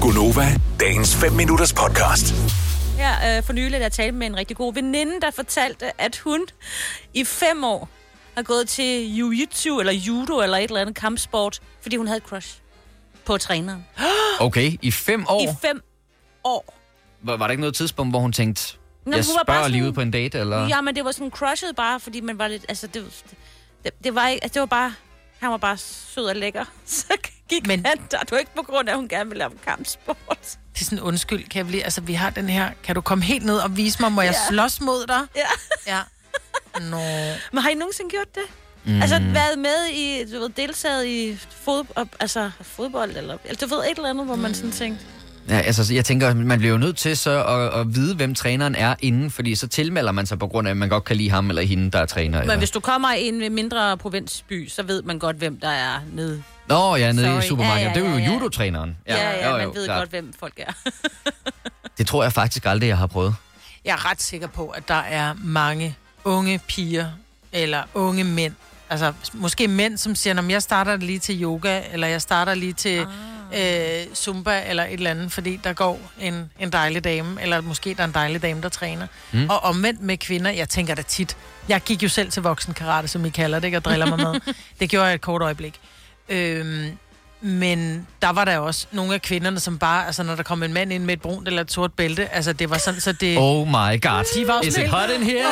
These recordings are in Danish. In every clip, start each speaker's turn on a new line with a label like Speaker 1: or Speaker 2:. Speaker 1: Gunova, dagens 5 minutters podcast.
Speaker 2: Her øh, for nylig, der talte med en rigtig god veninde, der fortalte, at hun i fem år har gået til jiu-jitsu eller judo eller et eller andet kampsport, fordi hun havde et crush på træneren.
Speaker 3: Okay, i fem
Speaker 2: I
Speaker 3: år?
Speaker 2: fem år.
Speaker 3: Var, var der ikke noget tidspunkt, hvor hun tænkte,
Speaker 2: Nå,
Speaker 3: jeg
Speaker 2: hun var bare
Speaker 3: spørger lige
Speaker 2: sådan-
Speaker 3: ud på en date, eller?
Speaker 2: Ja, men det var sådan crushet bare, fordi man var lidt... Altså, det, det, det var ikke... Altså, det var bare... Han var bare sød og lækker. Så gik men...
Speaker 4: Men-
Speaker 2: han der. Det var ikke på grund af, at hun gerne ville lave kampsport.
Speaker 4: Det er sådan, undskyld, kan jeg blive, altså vi har den her, kan du komme helt ned og vise mig, må jeg
Speaker 2: Ja.
Speaker 4: slås mod dig?
Speaker 2: Ja.
Speaker 4: Ja. Nå.
Speaker 2: Men har I nogensinde gjort det? Mm. Altså været med i, du ved, deltaget i fod, op, altså, fodbold, eller altså, du ved, et eller andet, hvor man sådan tænkte,
Speaker 3: Ja, altså, jeg tænker, man bliver jo nødt til så at, at vide, hvem træneren er inden, fordi så tilmelder man sig på grund af, at man godt kan lide ham eller hende, der er træner.
Speaker 2: Men
Speaker 3: Eller...
Speaker 2: hvis du kommer i en mindre provinsby, så ved man godt, hvem der er nede.
Speaker 3: Nå, ja, nede
Speaker 2: Sorry.
Speaker 3: i supermarkedet.
Speaker 2: Ja, ja,
Speaker 3: det er jo
Speaker 2: ja, ja.
Speaker 3: judotræneren.
Speaker 2: Ja, ja, ja
Speaker 3: jo,
Speaker 2: man
Speaker 3: jo,
Speaker 2: ved
Speaker 3: klart.
Speaker 2: godt, hvem folk er.
Speaker 3: Det tror jeg faktisk aldrig, jeg har prøvet.
Speaker 4: Jeg er ret sikker på, at der er mange unge piger, eller unge mænd, altså måske mænd, som siger, om jeg starter lige til yoga, eller jeg starter lige til ah. øh, zumba, eller et eller andet, fordi der går en, en dejlig dame, eller måske der er en dejlig dame, der træner. Mm. Og omvendt med kvinder, jeg tænker da tit, jeg gik jo selv til voksen karate, som I kalder det, ikke, og driller mig med. Det gjorde jeg et kort øjeblik. Øhm, men der var der også nogle af kvinderne, som bare, altså når der kom en mand ind med et brunt eller et sort bælte, altså det var sådan, så det...
Speaker 3: Oh my god.
Speaker 4: De var jo
Speaker 3: Is it
Speaker 4: sådan
Speaker 3: hot in here?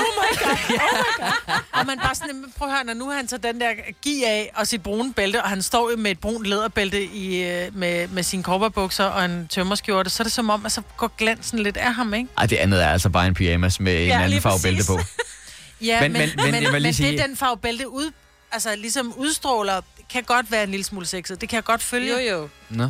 Speaker 4: Og man bare sådan, "Men prøv at høre, når nu han tager den der gi af og sit brune bælte, og han står jo med et brunt læderbælte i, øh, med, med sine korperbukser og en tømmerskjorte, så er det som om, at så går glansen lidt af ham, ikke?
Speaker 3: Ej, det andet er altså bare en pyjamas med en anden
Speaker 2: lige
Speaker 3: farve bælte
Speaker 2: præcis.
Speaker 3: på.
Speaker 4: Ja,
Speaker 3: Men- men- men jeg vil lige
Speaker 4: men, men
Speaker 3: sige-
Speaker 4: det, den farve bælte ud, altså ligesom udstråler, kan godt være en lille smule sexet. Det kan jeg godt følge.
Speaker 2: jo, jo.
Speaker 3: Nå.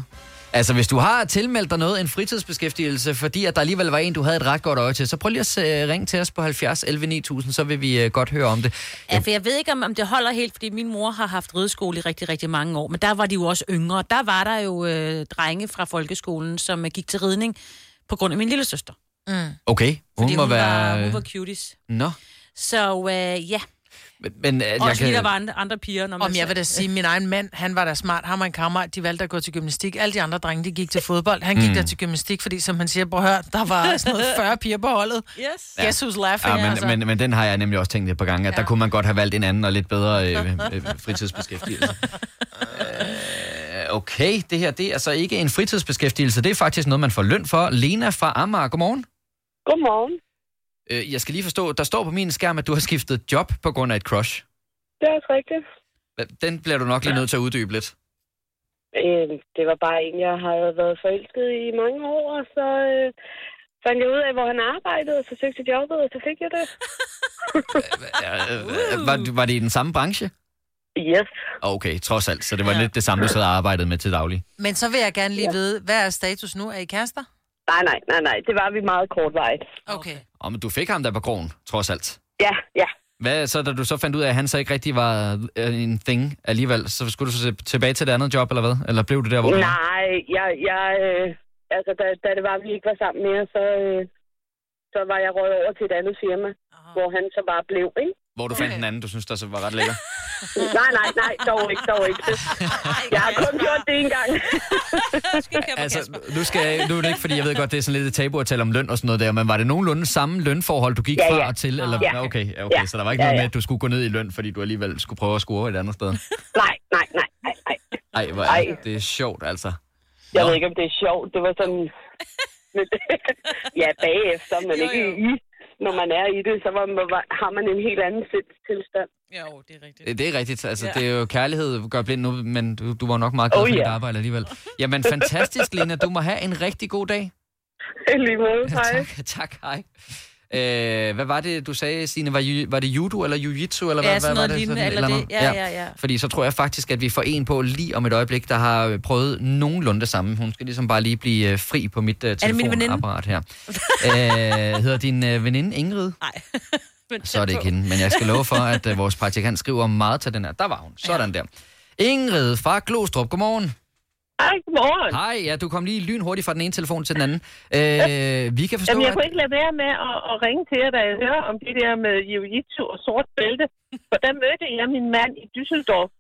Speaker 3: Altså, hvis du har tilmeldt dig noget, en fritidsbeskæftigelse, fordi at der alligevel var en, du havde et ret godt øje til, så prøv lige at øh, ringe til os på 70 11 9000, så vil vi øh, godt høre om det.
Speaker 2: Ja, for jeg ved ikke, om, om det holder helt, fordi min mor har haft rideskole i rigtig, rigtig mange år, men der var de jo også yngre. Der var der jo øh, drenge fra folkeskolen, som øh, gik til ridning på grund af min lille søster.
Speaker 3: Okay, hun
Speaker 2: Fordi
Speaker 3: må
Speaker 2: hun,
Speaker 3: være...
Speaker 2: var, hun var cuties.
Speaker 3: Nå.
Speaker 2: Så øh, ja,
Speaker 3: Men, men at jeg
Speaker 2: også
Speaker 3: kan...
Speaker 2: lige der var andre, andre piger. Når man
Speaker 4: Om jeg vil da sige, min egen mand, han var da smart. Ham og en kammerat, de valgte at gå til gymnastik. Alle de andre drenge, de gik til fodbold. Han gik mm. der til gymnastik, fordi som han siger, prøv at høre, der var sådan noget 40 piger på holdet.
Speaker 2: Yes.
Speaker 4: Ja. Guess who's laughing?
Speaker 3: Ja, men, altså. men, men den har jeg nemlig også tænkt et par gange, at ja. der kunne man godt have valgt en anden og lidt bedre øh, øh, fritidsbeskæftigelse. øh, okay, det her det er altså ikke en fritidsbeskæftigelse, det er faktisk noget, man får løn for. Lena fra Amager, godmorgen.
Speaker 5: Godmorgen.
Speaker 3: Øh, jeg skal lige forstå, der står på min skærm, at du har skiftet job på grund af et crush.
Speaker 5: Det er også rigtigt.
Speaker 3: Hva- Den bliver du nok lige nødt til at uddybe lidt.
Speaker 5: Øh, det var bare en, jeg havde været forelsket i i mange år, og så øh, fandt jeg ud af, hvor han arbejdede, og så søgte jeg jobbet, og så fik jeg det.
Speaker 3: Øh, øh, Var, var det i den samme branche?
Speaker 5: Yes.
Speaker 3: Okay, trods alt, så det var lidt det samme, du så havde arbejdet med til daglig.
Speaker 4: Men så vil jeg gerne lige vide, hvad er status nu? Er I kærester?
Speaker 5: Nej, nej, nej, nej. Det var vi meget kortvarigt.
Speaker 4: Okay.
Speaker 3: Og men du fik ham der på krogen, trods alt.
Speaker 5: Ja, ja.
Speaker 3: Hvad så, da du så fandt ud af, at han så ikke rigtig var øh, en thing alligevel, så skulle du så tilbage til et andet job, eller hvad? Eller blev du der, hvor du var?
Speaker 5: Nej, jeg... jeg øh, altså, da, da det var, vi ikke var sammen mere, så, øh, så var jeg røget over til et andet firma, Aha. hvor han så bare blev, ikke?
Speaker 3: Hvor du fandt en anden, du synes, der så var ret lækker?
Speaker 5: Nej, nej, nej, dog ikke, dog ikke. Jeg har kun gjort det en gang.
Speaker 3: altså, nu, skal, nu er det ikke, fordi jeg ved godt, det er sådan lidt et tabu at tale om løn og sådan noget der, men var det nogenlunde samme lønforhold, du gik
Speaker 5: Ja,
Speaker 3: fra
Speaker 5: ja.
Speaker 3: og til? Eller?
Speaker 5: Ja.
Speaker 3: Nå, Okay, ja, okay,
Speaker 5: Ja.
Speaker 3: så der var ikke
Speaker 5: Ja,
Speaker 3: noget
Speaker 5: ja.
Speaker 3: med, at du skulle gå ned i løn, fordi du alligevel skulle prøve at score et andet sted?
Speaker 5: Nej, nej, nej, nej, nej.
Speaker 3: Ej, hvor er
Speaker 5: Ej.
Speaker 3: det, det er sjovt, altså.
Speaker 5: Jeg
Speaker 3: Nå.
Speaker 5: ved ikke, om det er sjovt. Det var sådan... Men, ja, bagefter, men
Speaker 2: Jo,
Speaker 5: jo, ikke
Speaker 2: jo.
Speaker 5: i... Når man er i det, så var, var- har man en helt anden sindstilstand.
Speaker 2: Jo, det er rigtigt.
Speaker 3: Det er rigtigt. Altså,
Speaker 2: Ja.
Speaker 3: ja. det er jo kærlighed, gør blind nu, men du, du var nok meget glad for
Speaker 5: Oh,
Speaker 3: oh, yeah. dit
Speaker 5: ja.
Speaker 3: arbejde alligevel. Jamen, fantastisk, Lena. Du må have en rigtig god dag.
Speaker 5: I lige måde, hej.
Speaker 3: tak, tak, hej. Øh, hvad var det, du sagde, Signe? Var, ju- var det judo eller jiu-jitsu? Eller hvad,
Speaker 2: Ja, sådan
Speaker 3: hvad var
Speaker 2: noget
Speaker 3: det?
Speaker 2: lignende.
Speaker 3: Sådan et
Speaker 2: Eller det.
Speaker 3: andet?
Speaker 2: Ja, ja, ja.
Speaker 3: Fordi så tror jeg faktisk, at vi får en på lige om et øjeblik, der har øh, prøvet nogenlunde det samme. Hun skal ligesom bare lige blive øh, fri på mit øh,
Speaker 2: det min
Speaker 3: telefonapparat her. øh, hedder din øh, veninde Ingrid?
Speaker 2: Nej. Men
Speaker 3: Så er det
Speaker 2: tæt
Speaker 3: ikke
Speaker 2: på.
Speaker 3: hende. Men jeg skal love for, at øh, vores praktikant skriver meget til den her. Der var hun. Sådan der. Ingrid fra Glostrup, godmorgen.
Speaker 5: Hej, godmorgen.
Speaker 3: Hej, ja, du kom lige lynhurtigt fra den ene telefon til den anden. Øh, vi kan forstå,
Speaker 5: Jamen, jeg
Speaker 3: at...
Speaker 5: kunne ikke lade være med at, at ringe til jer, da jeg hører om det der med jiu-jitsu og sort bælte. For der mødte jeg min mand i Düsseldorf,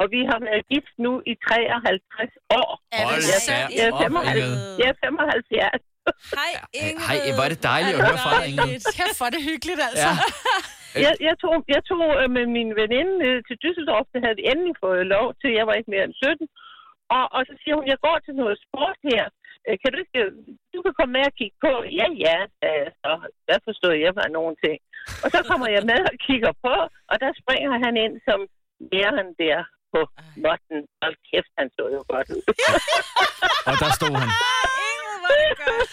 Speaker 5: Og vi har været gift nu i 53 år.
Speaker 2: Er
Speaker 3: Hold
Speaker 2: det
Speaker 5: da
Speaker 2: sandt?
Speaker 5: Jeg er
Speaker 3: op, Ingrid.
Speaker 5: Jeg er 75.
Speaker 2: Hej, Ingrid.
Speaker 3: Hej, hvor er det dejligt at høre fra dig, Ingrid.
Speaker 4: Kæft, hvor er det hyggeligt, altså.
Speaker 3: Ja.
Speaker 4: Ja.
Speaker 5: Jeg, jeg tog, jeg tog øh, med min veninde øh, til Düsseldorf, der havde vi endelig fået lov til, jeg var ikke mere end 17. Og, og så siger hun, jeg går til noget sport her. Øh, Kan du ikke, øh, du kan komme med og kigge på. Ja, ja, sagde jeg så der forstod jeg bare nogle ting. Og så kommer jeg med og kigger på, og der springer han ind som læreren der på måtten. Og kæft, han så jo godt ud.
Speaker 3: Og der stod han.
Speaker 4: Ah,
Speaker 2: Ingrid, hvor er det godt.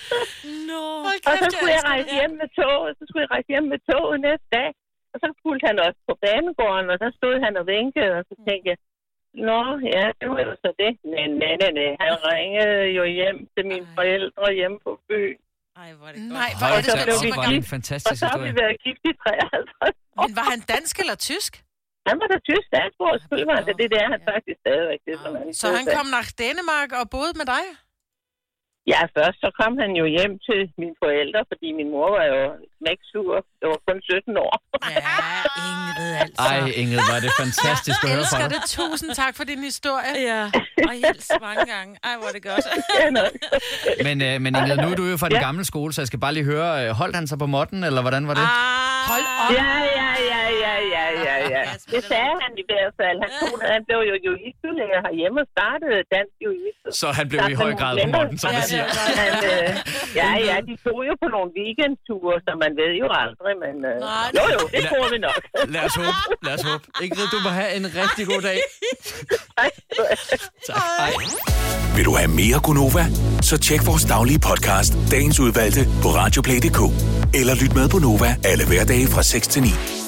Speaker 2: Nå.
Speaker 5: Og så skulle jeg rejse hjem med toget, så skulle jeg rejse hjem med toget næste dag. Og så fulgte han også på banegården, og så stod han og vinkede, og så tænkte jeg, Nå, ja, det var jo så det. Nej, nej, nej, nej. Han ringede jo hjem til mine
Speaker 2: Ej.
Speaker 5: forældre hjemme på byen.
Speaker 2: Ej, hvor er det godt.
Speaker 4: Nej, hvor er
Speaker 3: Hold
Speaker 4: det
Speaker 3: da
Speaker 5: så blev
Speaker 3: op, hvor
Speaker 4: spændende.
Speaker 5: vi
Speaker 3: er det en fantastisk
Speaker 5: Og så har vi
Speaker 3: historie.
Speaker 5: været gift i 53 år.
Speaker 4: Men var han dansk eller tysk?
Speaker 5: Han var da tysk statsborger, skulle man det. Det er han
Speaker 4: Ja.
Speaker 5: faktisk stadigvæk. Det, som han
Speaker 4: Så han kom nach Danmark og boede med dig?
Speaker 5: Ja, først så kom han jo hjem til mine forældre, fordi min mor var jo smæksur. Jeg var kun 17 år.
Speaker 4: Ja, Ingrid altså.
Speaker 3: Ej, Ingrid, var det fantastisk at
Speaker 4: Jeg
Speaker 3: høre fra
Speaker 4: elsker
Speaker 3: dig.
Speaker 4: det. Tusind tak for din historie.
Speaker 2: Ja, og helt mange gange. Ej, hvor er det godt.
Speaker 5: Ja, nok.
Speaker 3: Men, øh, men Ingrid, nu er du jo fra den
Speaker 5: Ja.
Speaker 3: gamle skole, så jeg skal bare lige høre, øh, holdt han sig på måtten, eller hvordan var det?
Speaker 2: Ah,
Speaker 4: Hold op.
Speaker 5: Ja, ja, ja, ja, ja, ja, ja. Det sagde han i hvert fald. Han, tog, han blev jo juristulærer herhjemme og startede dansk juristu.
Speaker 3: Så han blev i høj grad på måtten, som man siger.
Speaker 5: Men, øh, ja, ja, de tog jo på nogle weekendture, så man ved jo aldrig, men... Øh,
Speaker 4: Nej.
Speaker 5: jo, jo, det tror vi nok.
Speaker 3: Lad os håbe, lad os håbe. Ingrid, du må have en rigtig god dag. Tak. Hej.
Speaker 1: Vil du have mere Gunova? Så tjek vores daglige podcast, dagens udvalgte, på radioplay.dk. Eller lyt med på Nova alle hverdage fra 6 til 9.